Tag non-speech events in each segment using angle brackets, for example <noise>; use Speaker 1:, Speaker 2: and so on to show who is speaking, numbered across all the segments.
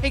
Speaker 1: Hey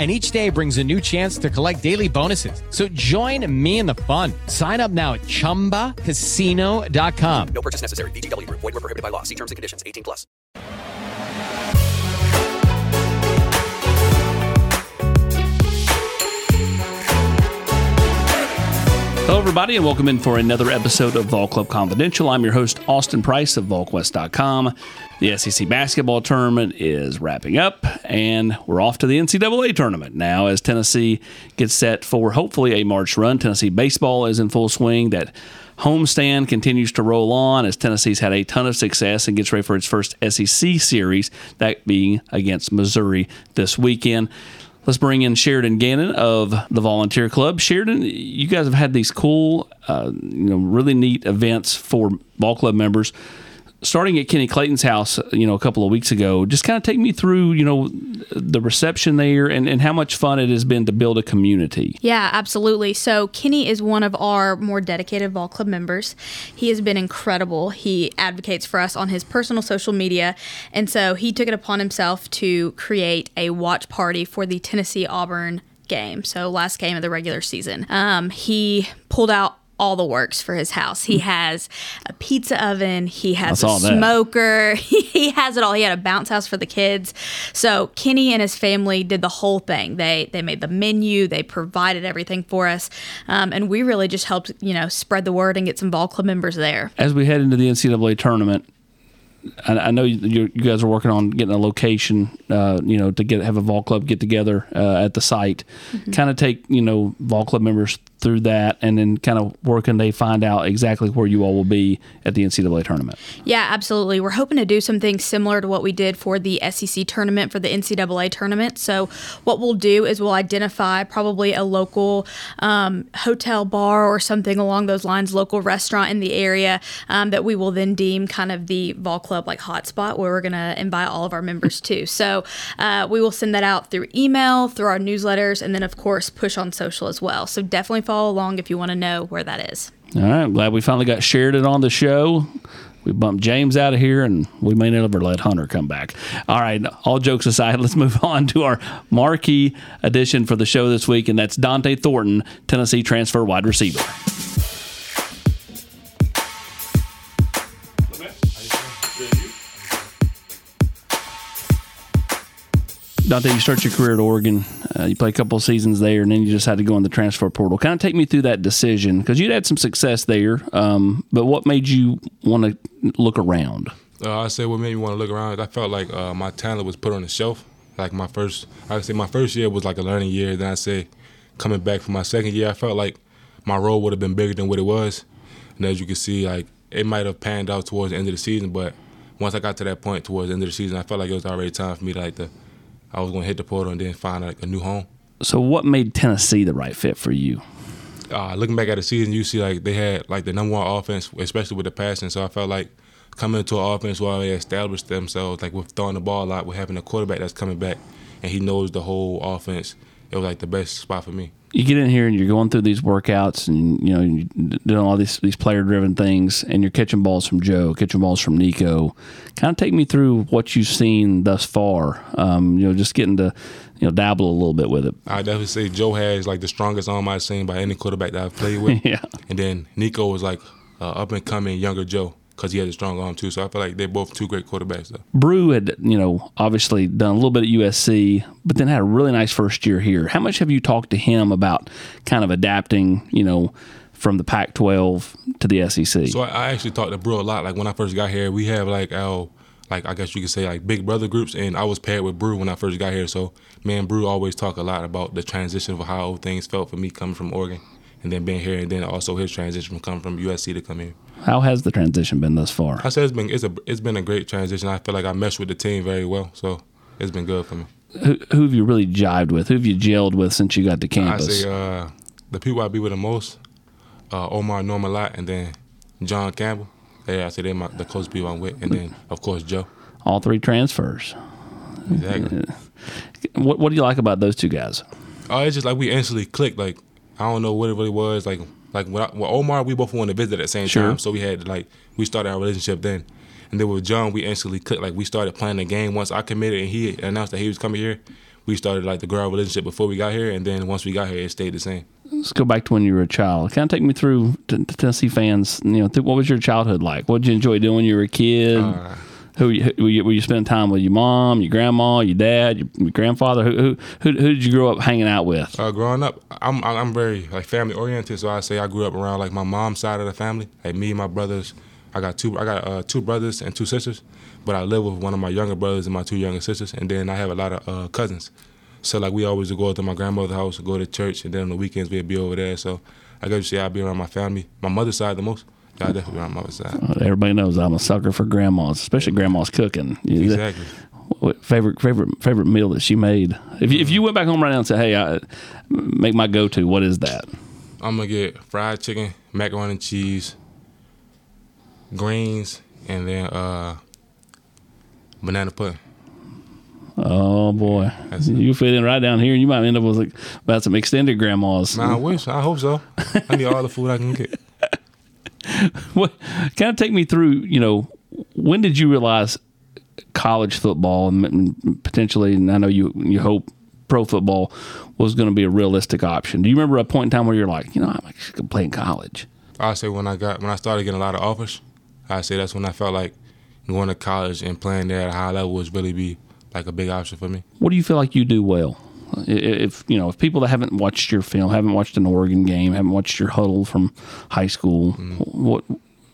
Speaker 1: and each day brings a new chance to collect daily bonuses. So join me in the fun. Sign up now at ChumbaCasino.com.
Speaker 2: No purchase necessary. VGW Group. Void were prohibited by law. See terms and conditions. 18 plus.
Speaker 3: Hello, everybody, and welcome in for another episode of Vol Club Confidential. I'm your host, Austin Price of VolQuest.com. The SEC basketball tournament is wrapping up, and we're off to the NCAA tournament now as Tennessee gets set for hopefully a March run. Tennessee baseball is in full swing. That homestand continues to roll on as Tennessee's had a ton of success and gets ready for its first SEC series, that being against Missouri this weekend. Let's bring in Sheridan Gannon of the Volunteer Club. Sheridan, you guys have had these cool, uh, you know, really neat events for ball club members. Starting at Kenny Clayton's house, you know, a couple of weeks ago, just kind of take me through, you know, the reception there and, and how much fun it has been to build a community.
Speaker 4: Yeah, absolutely. So Kenny is one of our more dedicated Vol Club members. He has been incredible. He advocates for us on his personal social media. And so he took it upon himself to create a watch party for the Tennessee Auburn game. So last game of the regular season. Um, he pulled out all the works for his house. He has a pizza oven, he has
Speaker 3: saw
Speaker 4: a
Speaker 3: that.
Speaker 4: smoker, <laughs> he has it all. He had a bounce house for the kids. So Kenny and his family did the whole thing. They they made the menu, they provided everything for us, um, and we really just helped you know spread the word and get some ball club members there.
Speaker 3: As we head into the NCAA tournament, I, I know you, you guys are working on getting a location, uh, you know, to get have a Vol Club get together uh, at the site. Kind of take you know Vol Club members through that, and then kind of work and they find out exactly where you all will be at the NCAA tournament.
Speaker 4: Yeah, absolutely. We're hoping to do something similar to what we did for the SEC tournament, for the NCAA tournament. So, what we'll do is we'll identify probably a local um, hotel bar or something along those lines, local restaurant in the area um, that we will then deem kind of the Vol Club like hotspot where we're going to invite all of our members to. So, uh, we will send that out through email, through our newsletters, and then, of course, push on social as well. So, definitely follow along if you want to know where that is.
Speaker 3: All right, I'm glad we finally got Sheridan on the show. We bumped James out of here, and we may never let Hunter come back. All right, all jokes aside, <laughs> let's move on to our marquee edition for the show this week, and that's Dante Thornton, Tennessee transfer wide receiver. Dante, you start your career at Oregon. Uh, you play a couple of seasons there, and then you just had to go in the transfer portal. Kind of take me through that decision because you'd had some success there. Um, but what made you want to look around?
Speaker 5: Uh, I say what made me want to look around. is I felt like uh, my talent was put on the shelf. Like my first, I would say my first year was like a learning year. Then I say, coming back for my second year, I felt like my role would have been bigger than what it was. And as you can see, like it might have panned out towards the end of the season. But once I got to that point towards the end of the season, I felt like it was already time for me to like the, I was gonna hit the portal and then find like a new home.
Speaker 3: So, what made Tennessee the right fit for you?
Speaker 5: uh, looking back at the season, you see like they had like the number one offense, especially with the passing. So I felt like coming into an offense where they established themselves, like with throwing the ball a lot, with having a quarterback that's coming back and he knows the whole offense. It was like the best spot for me.
Speaker 3: you get in here and you're going through these workouts and you know you're doing all these these player driven things and you're catching balls from Joe, catching balls from Nico. Kind of take me through what you've seen thus far. Um, you know, just getting to you know dabble a little bit with it.
Speaker 5: I definitely say Joe has like the strongest arm I've seen by any quarterback that I've played with.
Speaker 3: Yeah.
Speaker 5: And then Nico was like uh, up and coming younger Joe because he had a strong arm too. So I feel like they're both two great quarterbacks. Though.
Speaker 3: Brew had you know obviously done a little bit at USC, but then had a really nice first year here. How much have you talked to him about kind of adapting? You know. From the Pac-12 to the E SEC,
Speaker 5: So I, I actually talked to Brew a lot. Like when I first got here, we have like our, like I guess you could say like big brother groups, and I was paired with Brew when I first got here. So me and Brew always talk a lot about the transition of how things felt for me coming from Oregon, and then being here, and then also his transition from coming from USC to come here.
Speaker 3: how has the transition been thus far?
Speaker 5: I said it's been it's a it's been a great transition. I feel like I meshed with the team very well, so it's been good for me.
Speaker 3: who, who have you really jived with? Who have you gelled with since you got to
Speaker 5: I
Speaker 3: campus?
Speaker 5: say uh, the people I be with the most, uh, Omar Norman Lot, and then John Campbell. Yeah, I say they're my, the close people I'm with, and then of course Joe.
Speaker 3: All three transfers.
Speaker 5: Exactly.
Speaker 3: What What do you like about those two guys?
Speaker 5: Oh, it's just like we instantly clicked. Like I don't know what it really was. Like like when, I, when Omar, we both wanted to visit at the same
Speaker 3: Sure.
Speaker 5: time, so we had like we started our relationship then. And then with John, we instantly clicked. Like we started playing the game once I committed and he announced that he was coming here. We started like the girl relationship before we got here, and then once we got here, it stayed the same.
Speaker 3: Let's go back to when you were a child. Kind of take me through t- t- Tennessee fans. You know, th- what was your childhood like? What did you enjoy doing when you were a kid? who you, who you, were you spend time with? Your mom, your grandma, your dad, your, your grandfather. Who, who who who did you grow up hanging out with?
Speaker 5: Uh, growing up, I'm I- I'm very like family oriented, so I say I grew up around like my mom's side of the family, like me and my brothers. I got two I got uh, two brothers and two sisters, but I live with one of my younger brothers and my two younger sisters, and then I have a lot of uh, cousins. So like we always would go out to my grandmother's house, go to church, and then on the weekends we'd be over there. So I guess you say I'd be around my family, my mother's side the most. Yeah, I definitely be around my mother's side.
Speaker 3: Everybody knows I'm a sucker for grandmas, especially grandma's cooking. You-
Speaker 5: Exactly.
Speaker 3: what favorite favorite favorite meal that she made? If you, if you went back home right now and said, "Hey, I, make my go-to," what is that?
Speaker 5: I'm gonna get fried chicken, macaroni and cheese, greens, and then uh, banana pudding.
Speaker 3: Oh boy,
Speaker 5: That's-
Speaker 3: you fit in right down here, and you might end up with like about some extended grandmas.
Speaker 5: Nah, I wish. I hope so. I need all the food I can get.
Speaker 3: <laughs> What kind of take me through? You know, when did you realize college football and and potentially, and I know you you hope pro football was going to be a realistic option. Do you remember a point in time where you're like, you know, I'm actually gonna play in college?
Speaker 5: I say when I got when I started getting a lot of offers, I say that's when I felt like going to college and playing there at a high level was really be like a big option for me.
Speaker 3: What do you feel like you do well? I- i- If you know, if people that haven't watched your film, haven't watched an Oregon game, haven't watched your huddle from high school,
Speaker 5: Mm.
Speaker 3: what,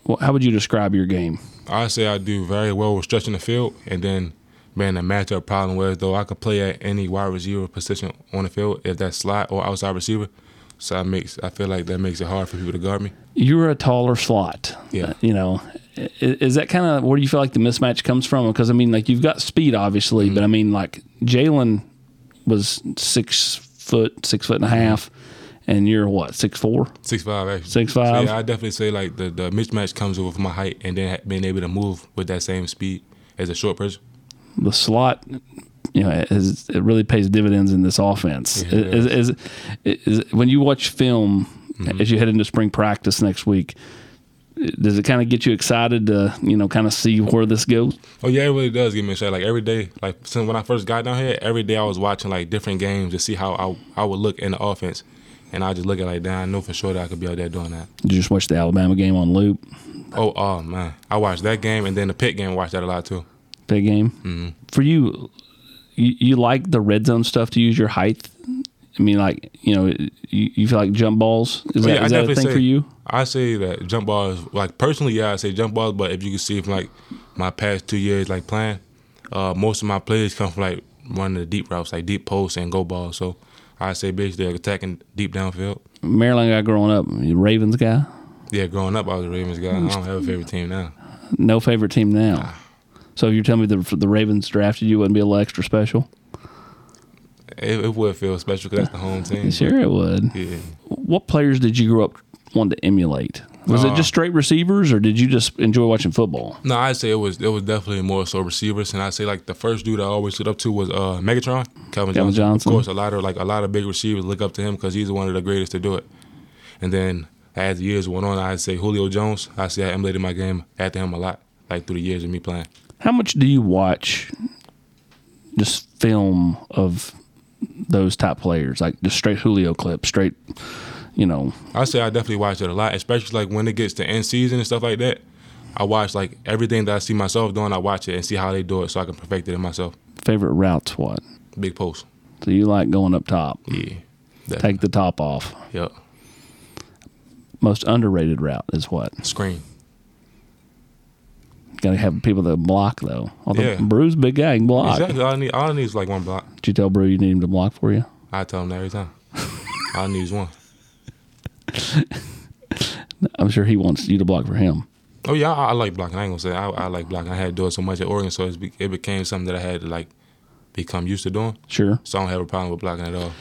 Speaker 3: what, how would you describe your game?
Speaker 5: I say I do very well with stretching the field, and then man, the matchup problem was though I could play at any wide receiver position on the field if that's slot or outside receiver. So I makes I feel like that makes it hard for people to guard me.
Speaker 3: you're a taller slot.
Speaker 5: Yeah.
Speaker 3: You know, i- is that kind of where do you feel like the mismatch comes from? Because I mean, like you've got speed, obviously,
Speaker 5: Mm-hmm.
Speaker 3: but I mean, like Jalen was six foot, six foot and a half, and you're what six four?
Speaker 5: Six five actually.
Speaker 3: 6'5"?
Speaker 5: So, yeah, I definitely say like the, the mismatch comes with my height and then ha- being able to move with that same speed as a short person.
Speaker 3: The slot, you know, is, it really pays dividends in this offense.
Speaker 5: Yeah, it
Speaker 3: is, is, is, when you watch film
Speaker 5: Mm-hmm.
Speaker 3: as you head into spring practice next week. Does it kind of get you excited to, you know, kind of see where this goes?
Speaker 5: Oh yeah, it really does give me a shot. Like every day, like since when I first got down here, every day I was watching like different games to see how I I would look in the offense, and I just look at like that. I know for sure that I could be out there doing that.
Speaker 3: Did you just watch the Alabama game on loop?
Speaker 5: Oh oh man, I watched that game and then the pit game. Watched that a lot too.
Speaker 3: Big game for you, you. You like the red zone stuff to use your height. I mean, like you know, you, you feel like jump balls. Is
Speaker 5: But
Speaker 3: that, is that a thing
Speaker 5: say,
Speaker 3: for you?
Speaker 5: I say that jump balls, like personally, yeah, I say jump balls. But if you can see from like my past two years, like playing, uh, most of my plays come from like running the deep routes, like deep posts and go balls. So I say basically like, attacking deep downfield.
Speaker 3: Maryland guy growing up, you Ravens guy.
Speaker 5: Yeah, growing up I was a Ravens guy. I don't have a favorite team now.
Speaker 3: No favorite team now. So you're telling me the the Ravens drafted you wouldn't be a little extra special?
Speaker 5: It, it would feel special because that's the home team.
Speaker 3: Sure, it would.
Speaker 5: Yeah.
Speaker 3: What players did you grow up wanting to emulate? Was it just straight receivers, or did you just enjoy watching football?
Speaker 5: No, I'd say it was it was definitely more so receivers, and I'd say like the first dude I always looked up to was uh, Megatron, Calvin, Johnson.
Speaker 3: Johnson.
Speaker 5: Of course, a lot of like a lot of big receivers look up to him because he's one of the greatest to do it. And then as the years went on, I'd say Julio Jones. I say I emulated my game after him a lot, like through the years of me playing.
Speaker 3: How much do you watch just film of those top players, like just straight Julio clips, straight, you know,
Speaker 5: I say I definitely watch it a lot, especially like when it gets to end season and stuff like that. I watch like everything that I see myself doing. I watch it and see how they do it, so I can perfect it in myself.
Speaker 3: favorite routes? What?
Speaker 5: Big post.
Speaker 3: So you like going up top?
Speaker 5: Yeah.
Speaker 3: Take the top off.
Speaker 5: Yep.
Speaker 3: Most underrated route is what?
Speaker 5: Screen.
Speaker 3: Gotta have people that block though. Although
Speaker 5: Yeah.
Speaker 3: Brew's a big guy, he can block.
Speaker 5: Exactly. All I need, all I need is like one block.
Speaker 3: Did you tell Brew you need him to block for you?
Speaker 5: I tell him that every time. all I need is one.
Speaker 3: I'm sure he wants you to block for him.
Speaker 5: Oh yeah, I, I like blocking. I ain't gonna say I, I like blocking. I had to do it so much at Oregon, so it's, be- it became something that I had to like become used to doing.
Speaker 3: Sure.
Speaker 5: So I don't have a problem with blocking at all.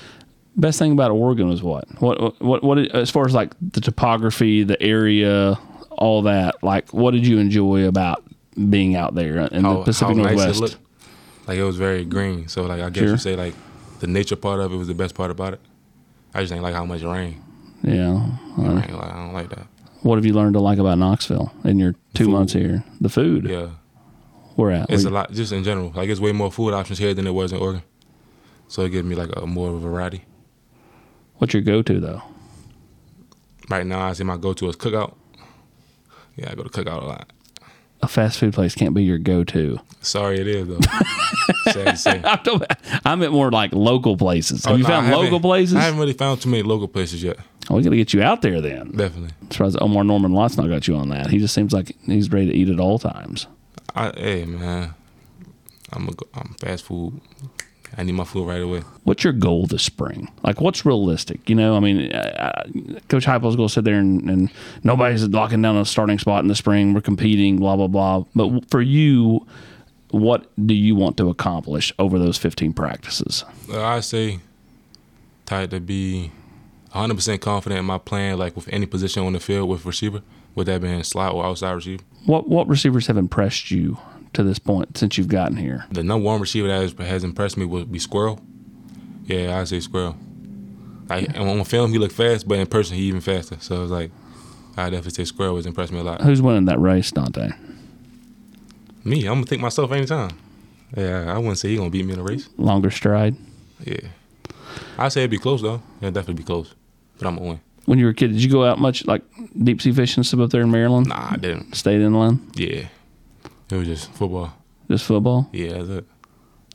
Speaker 3: Best thing about Oregon is what? What? What? What? As far as like the topography, the area, all that. Like, what did you enjoy about being out there in
Speaker 5: how,
Speaker 3: the Pacific
Speaker 5: how nice
Speaker 3: Northwest.
Speaker 5: it looked. Like it was very green. So like I guess
Speaker 3: Sure.
Speaker 5: you say like the nature part of it was the best part about it. I just didn't like how much it rained.
Speaker 3: yeah. Uh,
Speaker 5: It rained, like, I don't like that.
Speaker 3: What have you learned to like about Knoxville in your two months here? The food.
Speaker 5: Yeah,
Speaker 3: We're at.
Speaker 5: it's
Speaker 3: We-
Speaker 5: a lot just in general. Like it's way more food options here than it was in Oregon. So it gives me like a more variety.
Speaker 3: What's your go-to though?
Speaker 5: Right now, I say my go-to is cookout. Yeah, I go to cookout a lot.
Speaker 3: A fast food place can't be your go-to. <laughs>
Speaker 5: Sorry, it is though. Sad to say.
Speaker 3: I'm, talking about- I meant more like local places. Have
Speaker 5: Oh,
Speaker 3: you
Speaker 5: no, I
Speaker 3: found
Speaker 5: haven't-
Speaker 3: local places?
Speaker 5: I haven't really found too many local places yet.
Speaker 3: Oh, we got to get you out there then.
Speaker 5: Definitely.
Speaker 3: I'm surprised Omar Norman Lot's not got you on that. He just seems like he's ready to eat at all times.
Speaker 5: I, hey man, I'm a, go- I'm fast food. I need my food right away.
Speaker 3: What's your goal this spring? Like, what's realistic? You know, I mean, uh, uh, Coach Heupel's going to sit there and, and nobody's locking down a starting spot in the spring. We're competing, blah blah blah. But w- for you, what do you want to accomplish over those 15 practices?
Speaker 5: Uh, I say, tied to be 100% confident in my plan, like with any position on the field with receiver, with that being slot or outside receiver.
Speaker 3: What what receivers have impressed you to this point since you've gotten here?
Speaker 5: The number one receiver that has, has impressed me would be Squirrel. Yeah, I say Squirrel. Like and on film, he looked fast, but in person, he even faster. So I was like, I definitely say Squirrel has impressed me a lot.
Speaker 3: Who's winning that race, Dante?
Speaker 5: Me, I'm gonna think myself anytime. Yeah, I wouldn't say he gonna beat me in a race.
Speaker 3: Longer stride.
Speaker 5: Yeah, I say it'd be close though. It'd definitely be close, but I'm gonna win.
Speaker 3: When you were a kid, did you go out much like deep sea fishing and stuff up there in Maryland?
Speaker 5: Nah, I didn't.
Speaker 3: Stayed inland,
Speaker 5: Yeah, it was just football.
Speaker 3: just football.
Speaker 5: Yeah, that's it.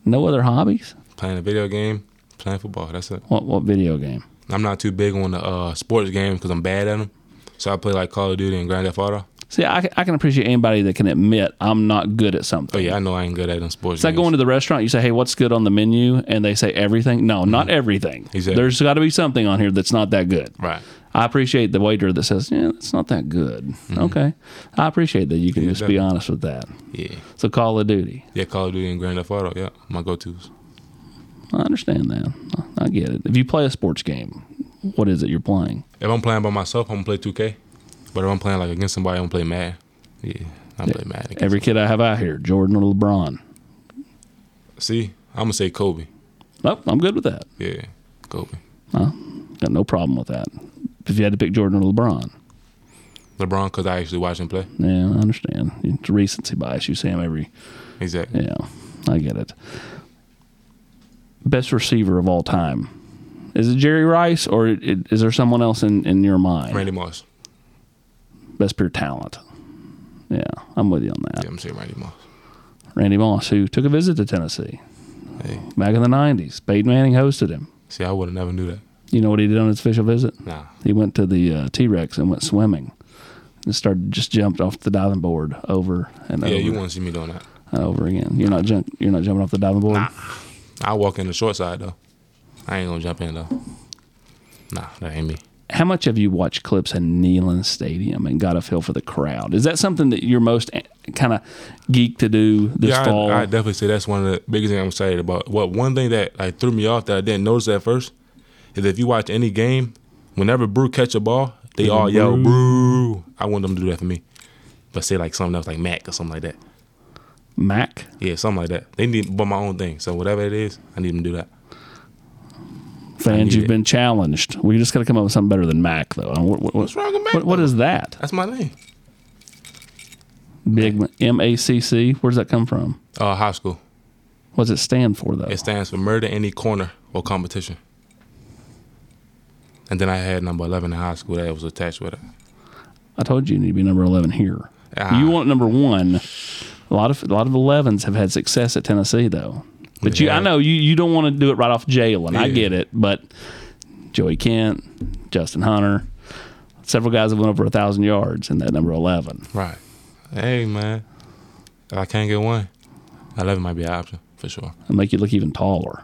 Speaker 3: No other hobbies.
Speaker 5: playing a video game, playing football. That's it.
Speaker 3: What what video game?
Speaker 5: I'm not too big on the uh, sports games because I'm bad at them. So I play like Call of Duty and Grand Theft Auto.
Speaker 3: See, I, I can appreciate anybody that can admit I'm not good at something.
Speaker 5: Oh yeah, I know I ain't good at them sports.
Speaker 3: It's like
Speaker 5: games.
Speaker 3: going to the restaurant. You say, "Hey, what's good on the menu?" And they say everything. No, not everything.
Speaker 5: Mm-hmm. Exactly.
Speaker 3: There's got to be something on here that's not that good.
Speaker 5: right.
Speaker 3: I appreciate the waiter that says, "Yeah, that's not that good."
Speaker 5: Mm-hmm.
Speaker 3: Okay, I appreciate that you can just be
Speaker 5: definitely.
Speaker 3: honest with that.
Speaker 5: Yeah,
Speaker 3: So Call of Duty.
Speaker 5: yeah, Call of Duty and Grand Theft Auto. Yeah, my go-to's.
Speaker 3: I understand that. I I get it. If you play a sports game, what is it you're playing?
Speaker 5: If I'm playing by myself, I'm gonna play 2K. But if I'm playing like against somebody, I'm gonna play Madden. Yeah, I play Madden. against-
Speaker 3: Every kid I have out here, Jordan or LeBron.
Speaker 5: See, I'm gonna say Kobe.
Speaker 3: Nope, I'm good with that.
Speaker 5: Yeah, Kobe.
Speaker 3: Got no problem with that. If you had to pick Jordan or LeBron,
Speaker 5: LeBron, because I actually watch him play.
Speaker 3: yeah, I understand. It's recency bias. You see him every.
Speaker 5: Exactly.
Speaker 3: Yeah, I get it. Best receiver of all time. Is it Jerry Rice or i- is there someone else in, in your mind?
Speaker 5: Randy Moss.
Speaker 3: Best pure talent. Yeah, I'm with you on that.
Speaker 5: Yeah, I'm saying Randy Moss.
Speaker 3: Randy Moss, who took a visit to Tennessee
Speaker 5: Hey,
Speaker 3: back in the 90s. Peyton Manning hosted him.
Speaker 5: see, I would have never knew that.
Speaker 3: You know what he did on his official visit?
Speaker 5: Nah.
Speaker 3: He went to the uh, T Rex and went swimming and started just jumped off the diving board over and
Speaker 5: Yeah,
Speaker 3: over
Speaker 5: you won't see me doing that.
Speaker 3: and over again. You're not jump, you're not jumping off the diving board.
Speaker 5: I walk in the short side though. I ain't gonna jump in though. Nah, that ain't me.
Speaker 3: How much have you watched clips in Neyland Stadium and got a feel for the crowd? Is that something that you're most kind of geek to do this
Speaker 5: yeah,
Speaker 3: fall?
Speaker 5: I, I definitely say that's one of the biggest things I'm excited about. What one thing that like threw me off that I didn't notice at first is if you watch any game, whenever Brew catch a ball, they all yell Brew. I want them to do that for me, but say like something else like Mac or something like that.
Speaker 3: Mac,
Speaker 5: Yeah, something like that. They need but my own thing. So whatever it is, I need them to do that.
Speaker 3: fans,
Speaker 5: need
Speaker 3: you've
Speaker 5: it.
Speaker 3: been challenged. We just got to come up with something better than Mac, though. And what- what-
Speaker 5: What's wrong with Mac,
Speaker 3: What, what
Speaker 5: though?
Speaker 3: is that?
Speaker 5: That's my name.
Speaker 3: Big M A C C. Where does that come from?
Speaker 5: Uh, high school.
Speaker 3: What does it stand for, though?
Speaker 5: It stands for murder any corner or competition. And then I had number eleven in high school that was attached with it.
Speaker 3: I told you you need to be number eleven here.
Speaker 5: Ah.
Speaker 3: You want number one. A lot of a lot of elevens have had success at Tennessee though. But you, I
Speaker 5: Yeah.
Speaker 3: know you, you don't want to do it right off jail, and I
Speaker 5: Yeah.
Speaker 3: get it. But Joey Kent, Justin Hunter, several guys have went over a thousand yards in that number eleven.
Speaker 5: Right. Hey man, if I can't get one, eleven might be an option for sure.
Speaker 3: And make you look even taller.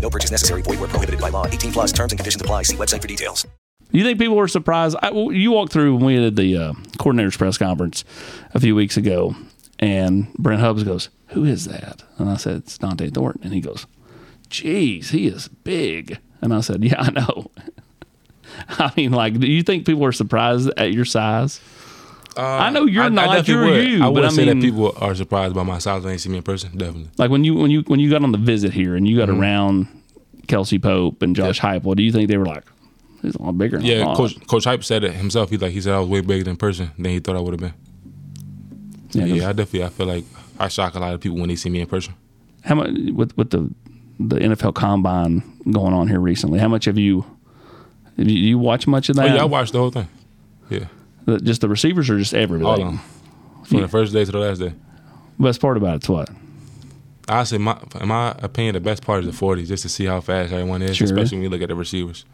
Speaker 2: No purchase necessary. Void where prohibited by law. 18 plus terms and conditions apply. See website for details.
Speaker 3: You think people were surprised? I, well, you walked through when we did the uh, coordinators press conference a few weeks ago, and Brent Hubbs goes, "Who is that?" And I said, "It's Dante Thornton." And he goes, "Jeez, he is big." And I said, "Yeah, I know." <laughs> I mean, like, do you think people are surprised at your size? I know you're
Speaker 5: I- I
Speaker 3: not.
Speaker 5: definitely
Speaker 3: you're
Speaker 5: would.
Speaker 3: you.
Speaker 5: I
Speaker 3: but
Speaker 5: would
Speaker 3: I
Speaker 5: say
Speaker 3: mean,
Speaker 5: that people are surprised by my size when they see me in person. Definitely.
Speaker 3: like when you when you when you got on the visit here and you got
Speaker 5: Mm-hmm.
Speaker 3: around Kelsey Pope and Josh yep. do you think they were like, "He's a lot bigger"? than I
Speaker 5: Yeah,
Speaker 3: thought."
Speaker 5: Coach Coach Hype said it himself. He like he said I was way bigger than person than he thought I would have been.
Speaker 3: Yeah, 'cause
Speaker 5: Yeah, I definitely I feel like I shock a lot of people when they see me in person.
Speaker 3: how much with with the the NFL Combine going on here recently? How much have you have you, you watch much of
Speaker 5: Oh
Speaker 3: that?
Speaker 5: yeah, I watched the whole thing. Yeah,
Speaker 3: The- just the receivers or just
Speaker 5: all
Speaker 3: everybody.
Speaker 5: of them from the first day to the last day.
Speaker 3: Best part about it's what
Speaker 5: I say my in my opinion, the best part is the 40s, just to see how fast everyone is,
Speaker 3: Sure.
Speaker 5: especially when you look at the receivers.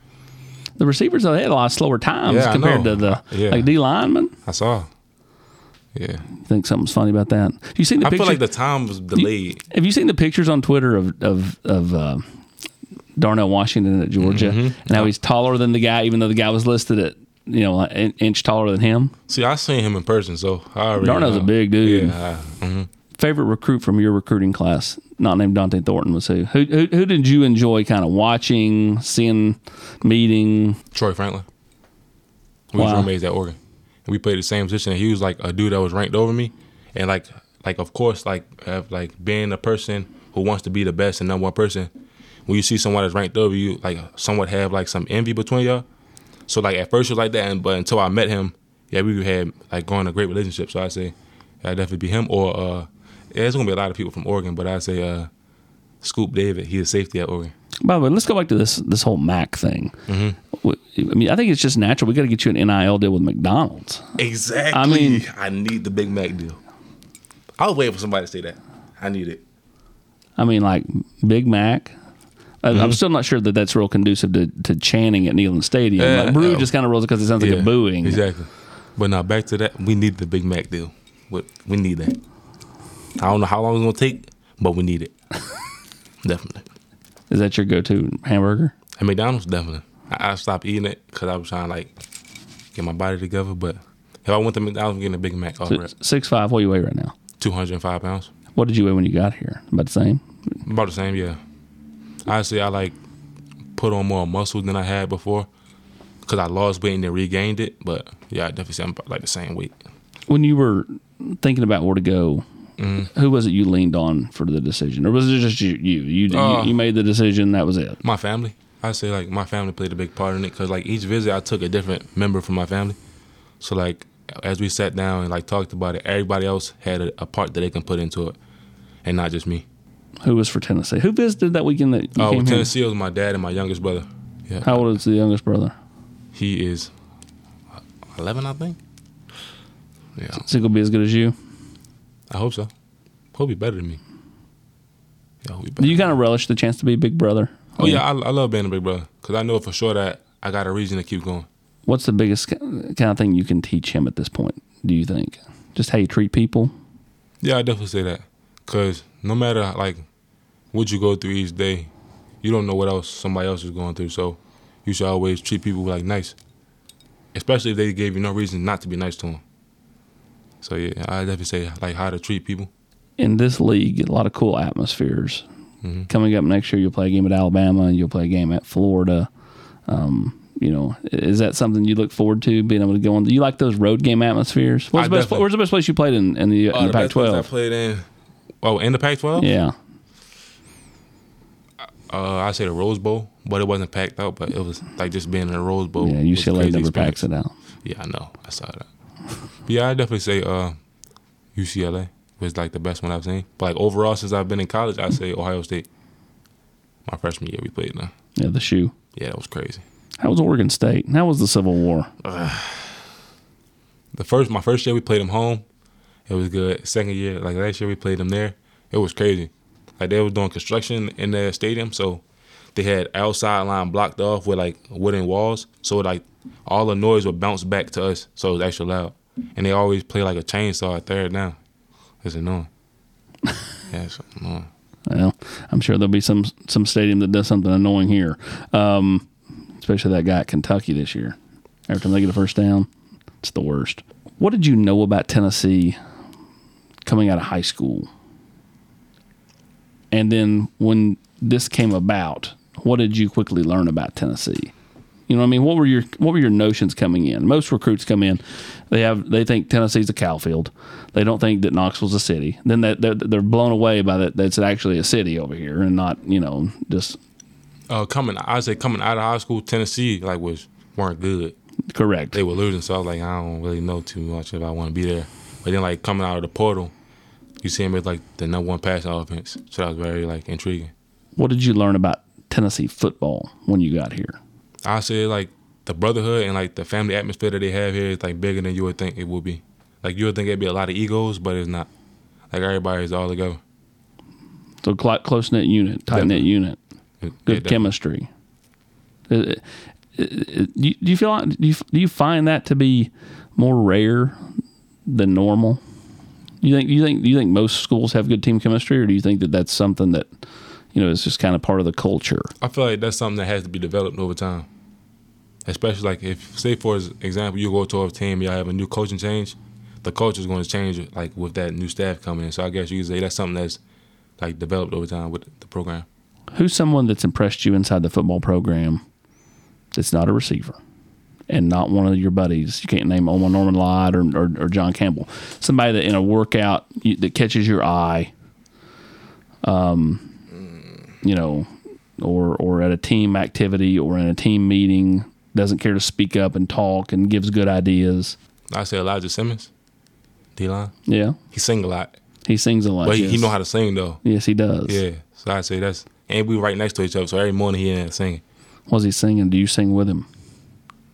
Speaker 3: the receivers they had a lot slower times
Speaker 5: Yeah, I
Speaker 3: compared
Speaker 5: know. Uh,
Speaker 3: to the
Speaker 5: Yeah.
Speaker 3: like D linemen.
Speaker 5: I saw. Yeah,
Speaker 3: You think something's funny about that? You seen the
Speaker 5: I
Speaker 3: picture?
Speaker 5: feel like the time was delayed.
Speaker 3: Have you seen the pictures on Twitter of of of uh, Darnell Washington at Georgia
Speaker 5: Mm-hmm.
Speaker 3: and how he's taller than the guy, even though the guy was listed at you know an inch taller than him?
Speaker 5: See, I seen him in person, so I already.
Speaker 3: Darnell's
Speaker 5: know.
Speaker 3: a big dude.
Speaker 5: Yeah, I- mhm.
Speaker 3: favorite recruit from your recruiting class, not named Dante Thornton, was who? Who, who, who did you enjoy kind of watching, seeing, meeting?
Speaker 5: Troy Franklin. We
Speaker 3: Wow.
Speaker 5: was roommates at Oregon, and we played the same position. And he was like a dude that was ranked over me, and like, like of course, like, have, like being a person who wants to be the best and number one person. When you see someone that's ranked over you, like somewhat have like some envy between y'all. So like at first it was like that, and but until I met him, yeah, we had like going a great relationship. So I say, I would definitely be him or uh, yeah, it's gonna be a lot of people from Oregon, but I say uh, Scoop David, he is safety at Oregon.
Speaker 3: By the way, let's go back to this this whole Mac thing. W- I mean, I think it's just natural. We got to get you an NIL deal with McDonald's.
Speaker 5: Exactly.
Speaker 3: I mean-
Speaker 5: I need the Big Mac deal. I was waiting for somebody to say that. I need it.
Speaker 3: I mean, like Big Mac. I- I'm still not sure that that's real conducive to, to chanting at Neyland Stadium.
Speaker 5: Uh,
Speaker 3: like, Brew
Speaker 5: oh.
Speaker 3: just kind of rolls because it sounds like a booing.
Speaker 5: Exactly. But now back to that, we need the Big Mac deal. We, we need that. I don't know how long it's gonna take, but we need it. <laughs> definitely.
Speaker 3: Is that your go-to hamburger?
Speaker 5: At McDonald's, definitely. I, I stopped eating it because I was trying to like get my body together. But if I went to McDonald's, I'm getting a Big Mac off rip.
Speaker 3: Six five. What do you weigh right now?
Speaker 5: Two hundred and five pounds.
Speaker 3: What did you weigh when you got here? About the same.
Speaker 5: About the same, yeah. Honestly, I like put on more muscle than I had before because I lost weight and then regained it. But yeah, I definitely say I'm about like the same weight.
Speaker 3: when you were thinking about where to go,
Speaker 5: Mm.
Speaker 3: who was it you leaned on for the decision, or was it just you? You you,
Speaker 5: Uh,
Speaker 3: you, you made the decision. That was it.
Speaker 5: My family, I say like my family played a big part in it because like each visit I took a different member from my family. So like as we sat down and like talked about it, everybody else had a, a part that they can put into it, and not just me.
Speaker 3: Who was for Tennessee? Who visited that weekend that you
Speaker 5: Oh,
Speaker 3: came here?
Speaker 5: Tennessee was my dad and my youngest brother. Yeah,
Speaker 3: How old is the youngest brother?
Speaker 5: he is uh, eleven, I think. Yeah,
Speaker 3: Is he gonna be as good as you?
Speaker 5: I hope so. Hope he better than me. Yeah, hope he better.
Speaker 3: Do you kind of relish the chance to be big brother?
Speaker 5: Oh yeah, I, I love being a big brother because I know for sure that I got a reason to keep going.
Speaker 3: What's the biggest ki- kind of thing you can teach him at this point? Do you think just how you treat people?
Speaker 5: Yeah, I definitely say that because no matter like what you go through each day, you don't know what else somebody else is going through. So you should always treat people like nice, especially if they gave you no reason not to be nice to them. So yeah, I definitely say like how to treat people.
Speaker 3: in this league, a lot of cool atmospheres.
Speaker 5: Mm-hmm.
Speaker 3: Coming up next year, you'll play a game at Alabama and you'll play a game at Florida. Um, you know, is that something you look forward to being able to go on? Do you like those road game atmospheres? What's
Speaker 5: I
Speaker 3: the best,
Speaker 5: definitely- Oh,
Speaker 3: where's the best place you played in, in the, in the Pac-12?
Speaker 5: played in. Oh, in the Pac-12.
Speaker 3: Yeah,
Speaker 5: Uh, I say the Rose Bowl, but it wasn't packed out. But it was like just being in the Rose Bowl.
Speaker 3: yeah.
Speaker 5: was a
Speaker 3: UCLA
Speaker 5: crazy
Speaker 3: never
Speaker 5: experience.
Speaker 3: packs it out.
Speaker 5: Yeah, I know. I saw that. But yeah, I definitely say uh, UCLA was like the best one I've seen. But like overall, since I've been in college, I say Ohio State. My freshman year, we played now.
Speaker 3: Yeah, the shoe.
Speaker 5: Yeah, that was crazy.
Speaker 3: How was Oregon State? How was the Civil War?
Speaker 5: The first, my first year, we played them home. It was good. Second year, like last year, we played them there. It was crazy. Like they were doing construction in the stadium, so they had outside line blocked off with like wooden walls, so like all the noise would bounce back to us, so it was extra loud. And they always play like a chainsaw at third down. It's annoying. yeah, it's annoying.
Speaker 3: Well, I'm sure there'll be some some stadium that does something annoying here, um, especially that guy at Kentucky this year. Every time they get a first down, it's the worst. What did you know about Tennessee coming out of high school? And then when this came about, what did you quickly learn about Tennessee? You know what I mean? What were your what were your notions coming in? Most recruits come in, they have they think Tennessee's a cow field. They don't think that Knoxville's a city. Then that they're, they're blown away by that that's actually a city over here and not you know just
Speaker 5: Uh, coming, I say coming out of high school, Tennessee like was weren't good.
Speaker 3: correct.
Speaker 5: They were losing, so I was like, I don't really know too much if I want to be there. But then like coming out of the portal, you see him as like the number one passing offense, so that was very like intriguing.
Speaker 3: What did you learn about Tennessee football when you got here?
Speaker 5: I say like the brotherhood and like the family atmosphere that they have here is like bigger than you would think it would be. Like you would think it'd be a lot of egos, but it's not. Like everybody's all together.
Speaker 3: So close knit unit, tight knit
Speaker 5: Definitely.
Speaker 3: unit,
Speaker 5: It-
Speaker 3: good
Speaker 5: it does.
Speaker 3: chemistry. Uh, uh, uh, Do you, do you feel like, do you, do you find that to be more rare than normal? You think you think do you think most schools have good team chemistry, or do you think that that's something that you know is just kind of part of the culture?
Speaker 5: I feel like that's something that has to be developed over time. Especially like if say for example you go to a team, y'all have a new coaching change, the coach is going to change like with that new staff coming in. So I guess you could say that's something that's like developed over time with the program.
Speaker 3: Who's someone that's impressed you inside the football program that's not a receiver and not one of your buddies? You can't name Omar Norman Lott or, or, or John Campbell. Somebody that in a workout you, that catches your eye, um, you know, or, or at a team activity or in a team meeting, doesn't care to speak up and talk and gives good ideas.
Speaker 5: I say Elijah Simmons, D line.
Speaker 3: Yeah.
Speaker 5: He sing a lot,
Speaker 3: He sings a lot.
Speaker 5: but he,
Speaker 3: yes.
Speaker 5: he know how to sing though.
Speaker 3: Yes, he does.
Speaker 5: Yeah, so I say that's and we right next to each other. So every morning he in there singing.
Speaker 3: What's he singing? Do you sing with him?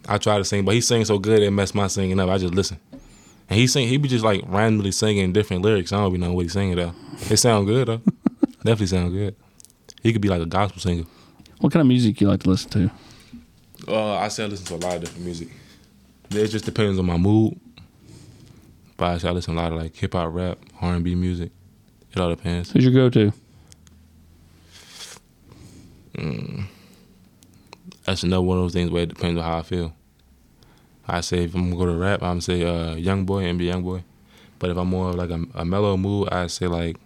Speaker 5: I try to sing, but he sings so good it messed my singing up. I just listen. And he sing he be just like randomly singing different lyrics. I don't even know what he's singing though. It sound good though. Definitely sound good. He could be like a gospel singer.
Speaker 3: What kind of music you like to listen to?
Speaker 5: Uh, I say I listen to a lot of different music. It just depends on my mood. But I say I listen to a lot of like hip hop, rap, R and B music. It all depends.
Speaker 3: Who's your go-to?
Speaker 5: That's another one of those things where it depends on how I feel. I say if I'm gonna go to rap, I'm say uh, Young Boy, NBA Young Boy. But if I'm more of like a, a mellow mood, I say like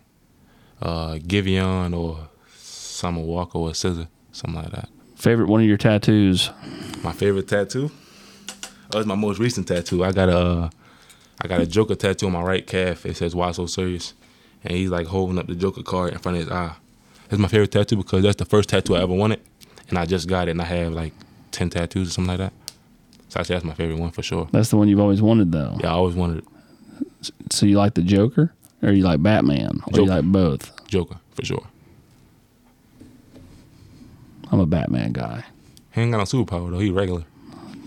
Speaker 5: uh, Giveon or Summer Walker or Scissor, something like that.
Speaker 3: Favorite one of your tattoos?
Speaker 5: My favorite tattoo? Oh, it's my most recent tattoo. I got a uh, I got a Joker tattoo on my right calf. It says "Why so serious?" and he's like holding up the Joker card in front of his eye. It's my favorite tattoo because that's the first tattoo I ever wanted, and I just got it, and I have like ten tattoos or something like that. So I say that's my favorite one for sure.
Speaker 3: That's the one you've always wanted, though.
Speaker 5: Yeah, I always wanted
Speaker 3: So you like the Joker, or you like Batman, or you
Speaker 5: Joker.
Speaker 3: like both?
Speaker 5: Joker for sure.
Speaker 3: I'm a Batman guy.
Speaker 5: He ain't got no superpower though. He regular.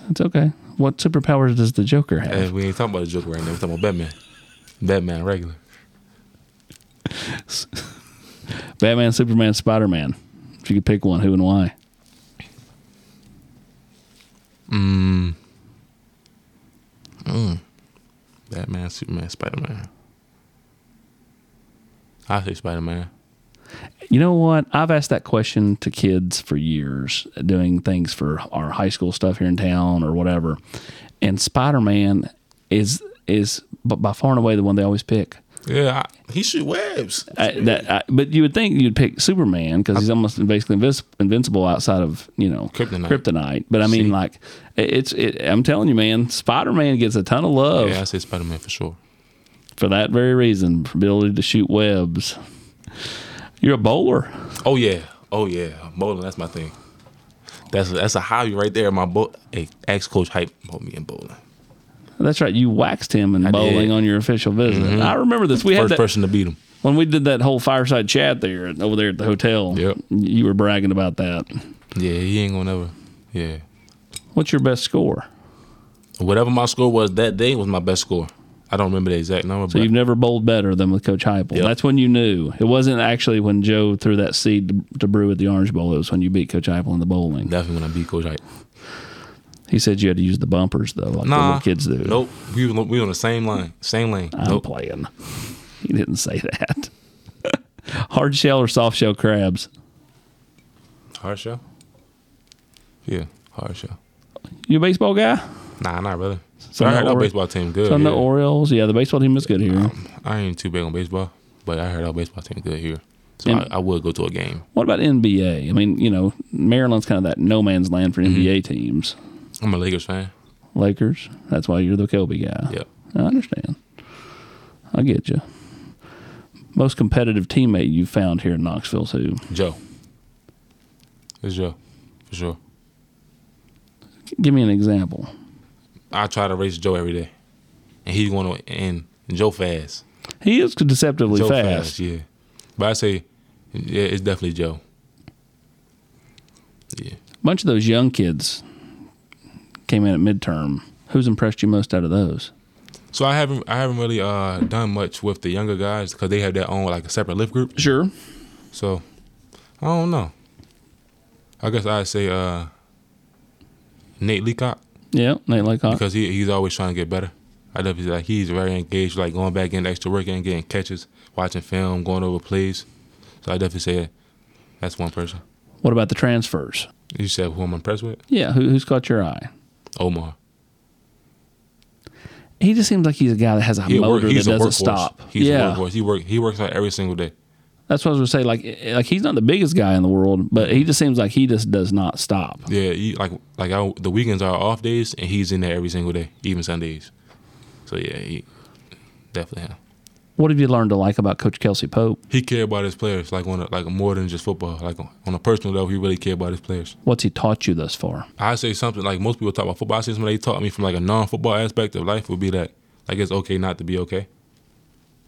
Speaker 3: That's okay. What superpowers does the Joker have?
Speaker 5: Hey, we ain't talking about the Joker right now. We talking about Batman. Batman regular.
Speaker 3: Batman, Superman, Spider Man. If you could pick one, who and why?
Speaker 5: Batman, Superman, Spider Man. I say Spider Man.
Speaker 3: You know what? I've asked that question to kids for years, doing things for our high school stuff here in town or whatever. And Spider Man is is b- by far and away the one they always pick.
Speaker 5: Yeah, I, he shoot webs.
Speaker 3: I, that, I, but you would think you'd pick Superman because he's almost basically invis- invincible outside of you know
Speaker 5: Kryptonite.
Speaker 3: But I mean, like it- it's it, I'm telling you, man, Spider Man gets a ton of love
Speaker 5: Yeah, I say Spider Man for sure.
Speaker 3: for that very reason, for ability to shoot webs. You're a bowler.
Speaker 5: Oh yeah, oh yeah, bowling. That's my thing. That's that's a hobby right there. My bo- hey, ex coach hype put me in bowling.
Speaker 3: That's right. You waxed him in
Speaker 5: I
Speaker 3: bowling
Speaker 5: did. Mm-hmm.
Speaker 3: on your official visit. I remember this. We
Speaker 5: First
Speaker 3: had that,
Speaker 5: person to beat him.
Speaker 3: when we did that whole fireside chat there over there at the hotel.
Speaker 5: Yep.
Speaker 3: You were bragging about that.
Speaker 5: Yeah, he ain't gonna ever. Yeah,
Speaker 3: What's your best score?
Speaker 5: whatever my score was that day was my best score. I don't remember the exact number,
Speaker 3: So
Speaker 5: but
Speaker 3: you've never bowled better than with Coach Heupel. That's when you knew it wasn't actually when Joe threw that seed to, to brew at the Orange Bowl. It was when you beat Coach Heupel in the bowling.
Speaker 5: definitely when I beat Coach Ike.
Speaker 3: He said you had to use the bumpers though, like the
Speaker 5: Nah,
Speaker 3: little kids do. Uh-huh.
Speaker 5: Nope, we was on- we on the same line, same lane.
Speaker 3: I'm
Speaker 5: nope,
Speaker 3: playing. <laughs> He didn't say that. <laughs> Hard shell or soft shell crabs?
Speaker 5: hard shell. Yeah, hard shell.
Speaker 3: You a baseball guy?
Speaker 5: Nah, not really.
Speaker 3: So
Speaker 5: So I
Speaker 3: no
Speaker 5: heard our
Speaker 3: Ori-
Speaker 5: baseball team good.
Speaker 3: So I'm the
Speaker 5: here. Um,
Speaker 3: Orioles. Yeah, the baseball team is good here.
Speaker 5: I ain't too big on baseball, but I heard our baseball team good here. So
Speaker 3: And-
Speaker 5: I, I would go to a game.
Speaker 3: What about NBA? I mean, you know, Maryland's kind of that no man's land for NBA
Speaker 5: Mm-hmm.
Speaker 3: teams.
Speaker 5: I'm a Lakers fan.
Speaker 3: Lakers. That's why you're the Kobe guy.
Speaker 5: Yep.
Speaker 3: I understand. I get you. Most competitive teammate you found here in Knoxville, who
Speaker 5: Joe. It's Joe, for sure.
Speaker 3: give me an example.
Speaker 5: I try to race Joe every day, and he's going to and Joe fast.
Speaker 3: He is deceptively
Speaker 5: Joe
Speaker 3: fast.
Speaker 5: yeah. But I say, yeah, it's definitely Joe. Yeah,
Speaker 3: bunch of those young kids came in at midterm. Who's impressed you most out of those?
Speaker 5: so I haven't I haven't really uh, done much with the younger guys because they have their own like a separate lift group.
Speaker 3: Sure.
Speaker 5: So I don't know. I guess I'd say uh, Nate Leacock.
Speaker 3: Yeah, Nate Laycock.
Speaker 5: because he he's always trying to get better. I love he's like he's very engaged, like going back in extra work and getting catches, watching film, going over plays. So I definitely say that's one person.
Speaker 3: what about the transfers?
Speaker 5: You said who I'm impressed with?
Speaker 3: Yeah, who, who's caught your eye?
Speaker 5: Omar.
Speaker 3: He just seems like he's a guy that has a
Speaker 5: a work-
Speaker 3: motor that doesn't
Speaker 5: workhorse.
Speaker 3: stop.
Speaker 5: He's
Speaker 3: yeah,
Speaker 5: a workhorse. He work he works out every single day.
Speaker 3: that's what I was gonna say. Like, eh, like he's not the biggest guy in the world, but he just seems like he just does not stop.
Speaker 5: Yeah, he, like like I, the weekends are off days, and he's in there every single day, even Sundays. So yeah, he definitely him.
Speaker 3: What have you learned to like about Coach Kelsey Pope?
Speaker 5: He cared about his players, like on a, like more than just football. Like on, on a personal level, he really cared about his players.
Speaker 3: What's he taught you thus far?
Speaker 5: I say something like most people talk about football. I say something they taught me from like a non-football aspect of life would be that like it's okay not to be okay.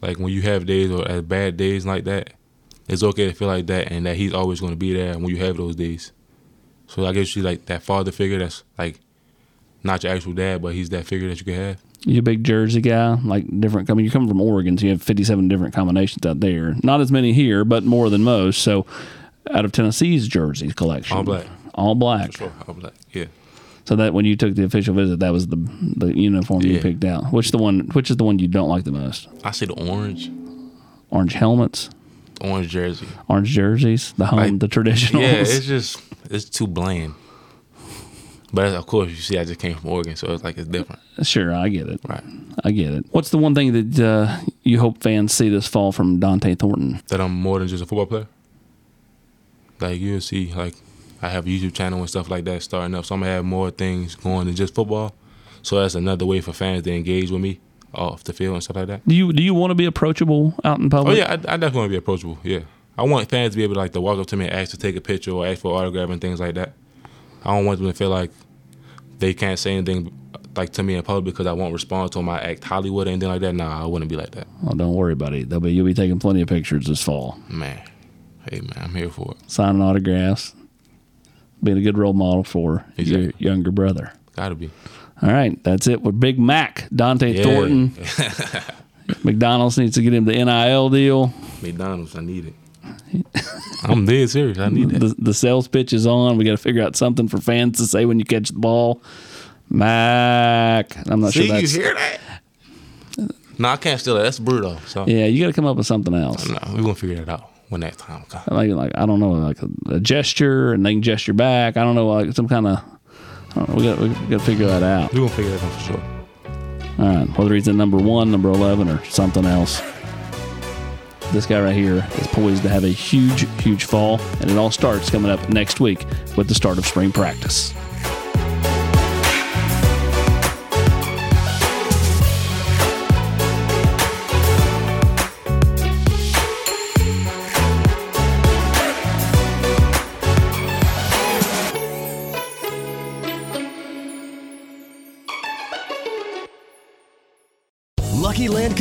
Speaker 5: Like when you have days or as bad days like that, it's okay to feel like that, and that he's always going to be there when you have those days. So I guess you like that father figure that's like not your actual dad, but he's that figure that you can have.
Speaker 3: You a big Jersey guy, like different. I mean, you're coming from Oregon, so you have 57 different combinations out there. Not as many here, but more than most. So, out of Tennessee's jerseys collection,
Speaker 5: All black.
Speaker 3: all black.
Speaker 5: Sure, I'm like, yeah,
Speaker 3: So that when you took the official visit, that was the the uniform you
Speaker 5: Yeah.
Speaker 3: picked out. Which the one? Which is the one you don't like the most?
Speaker 5: I say the orange,
Speaker 3: Orange helmets,
Speaker 5: orange jersey.
Speaker 3: orange jerseys, the home,
Speaker 5: Like-
Speaker 3: the <laughs> traditionals.
Speaker 5: Yeah, it's just it's too bland. But of course, you see, I just came from Oregon, so it's like it's different,
Speaker 3: sure, I get it.
Speaker 5: right?
Speaker 3: I get it. What's the one thing that uh, you hope fans see this fall from Dante Thornton?
Speaker 5: that I'm more than just a football player. Like you'll see, like I have a YouTube channel and stuff like that starting up, so I'm gonna have more things going than just football. So that's another way for fans to engage with me off the field and stuff like that.
Speaker 3: Do you do you want to be approachable out in
Speaker 5: Oh
Speaker 3: public?
Speaker 5: yeah, I, I definitely want to be approachable. Yeah, I want fans to be able to like to walk up to me and ask to take a picture or ask for an autograph and things like that. I don't want them to feel like they can't say anything like to me in public because I won't respond to them. I act Hollywood and anything like that. Nah, I wouldn't be like that.
Speaker 3: Well, don't worry, buddy. They'll be you'll be taking plenty of pictures this fall,
Speaker 5: Man, hey man, I'm here for it.
Speaker 3: signing autographs, being a good role model for your
Speaker 5: Exactly.
Speaker 3: younger brother.
Speaker 5: Gotta be.
Speaker 3: All right, that's it with Big Mac, Dante
Speaker 5: Yeah.
Speaker 3: Thornton. McDonald's needs to get him the NIL deal.
Speaker 5: McDonald's, I need it. <laughs> I'm dead serious. I need that.
Speaker 3: The, the sales pitch is on. We got to figure out something for fans to say when you catch the ball. Mac, I'm not
Speaker 5: See,
Speaker 3: sure
Speaker 5: you
Speaker 3: that's.
Speaker 5: hear that? No, I can't steal that. That's brutal. So
Speaker 3: Yeah, you got to come up with something else.
Speaker 5: no, we're gonna figure that out when that time comes.
Speaker 3: Like, like I don't know, like a, a gesture, and they can gesture back. I don't know, like some kind of. I don't know. We got we got to figure that out.
Speaker 5: We're gonna figure that out for sure.
Speaker 3: All right, whether he's in number one, number eleven, or something else. This guy right here is poised to have a huge, huge fall, and it all starts coming up next week with the start of spring practice.
Speaker 6: Lucky Land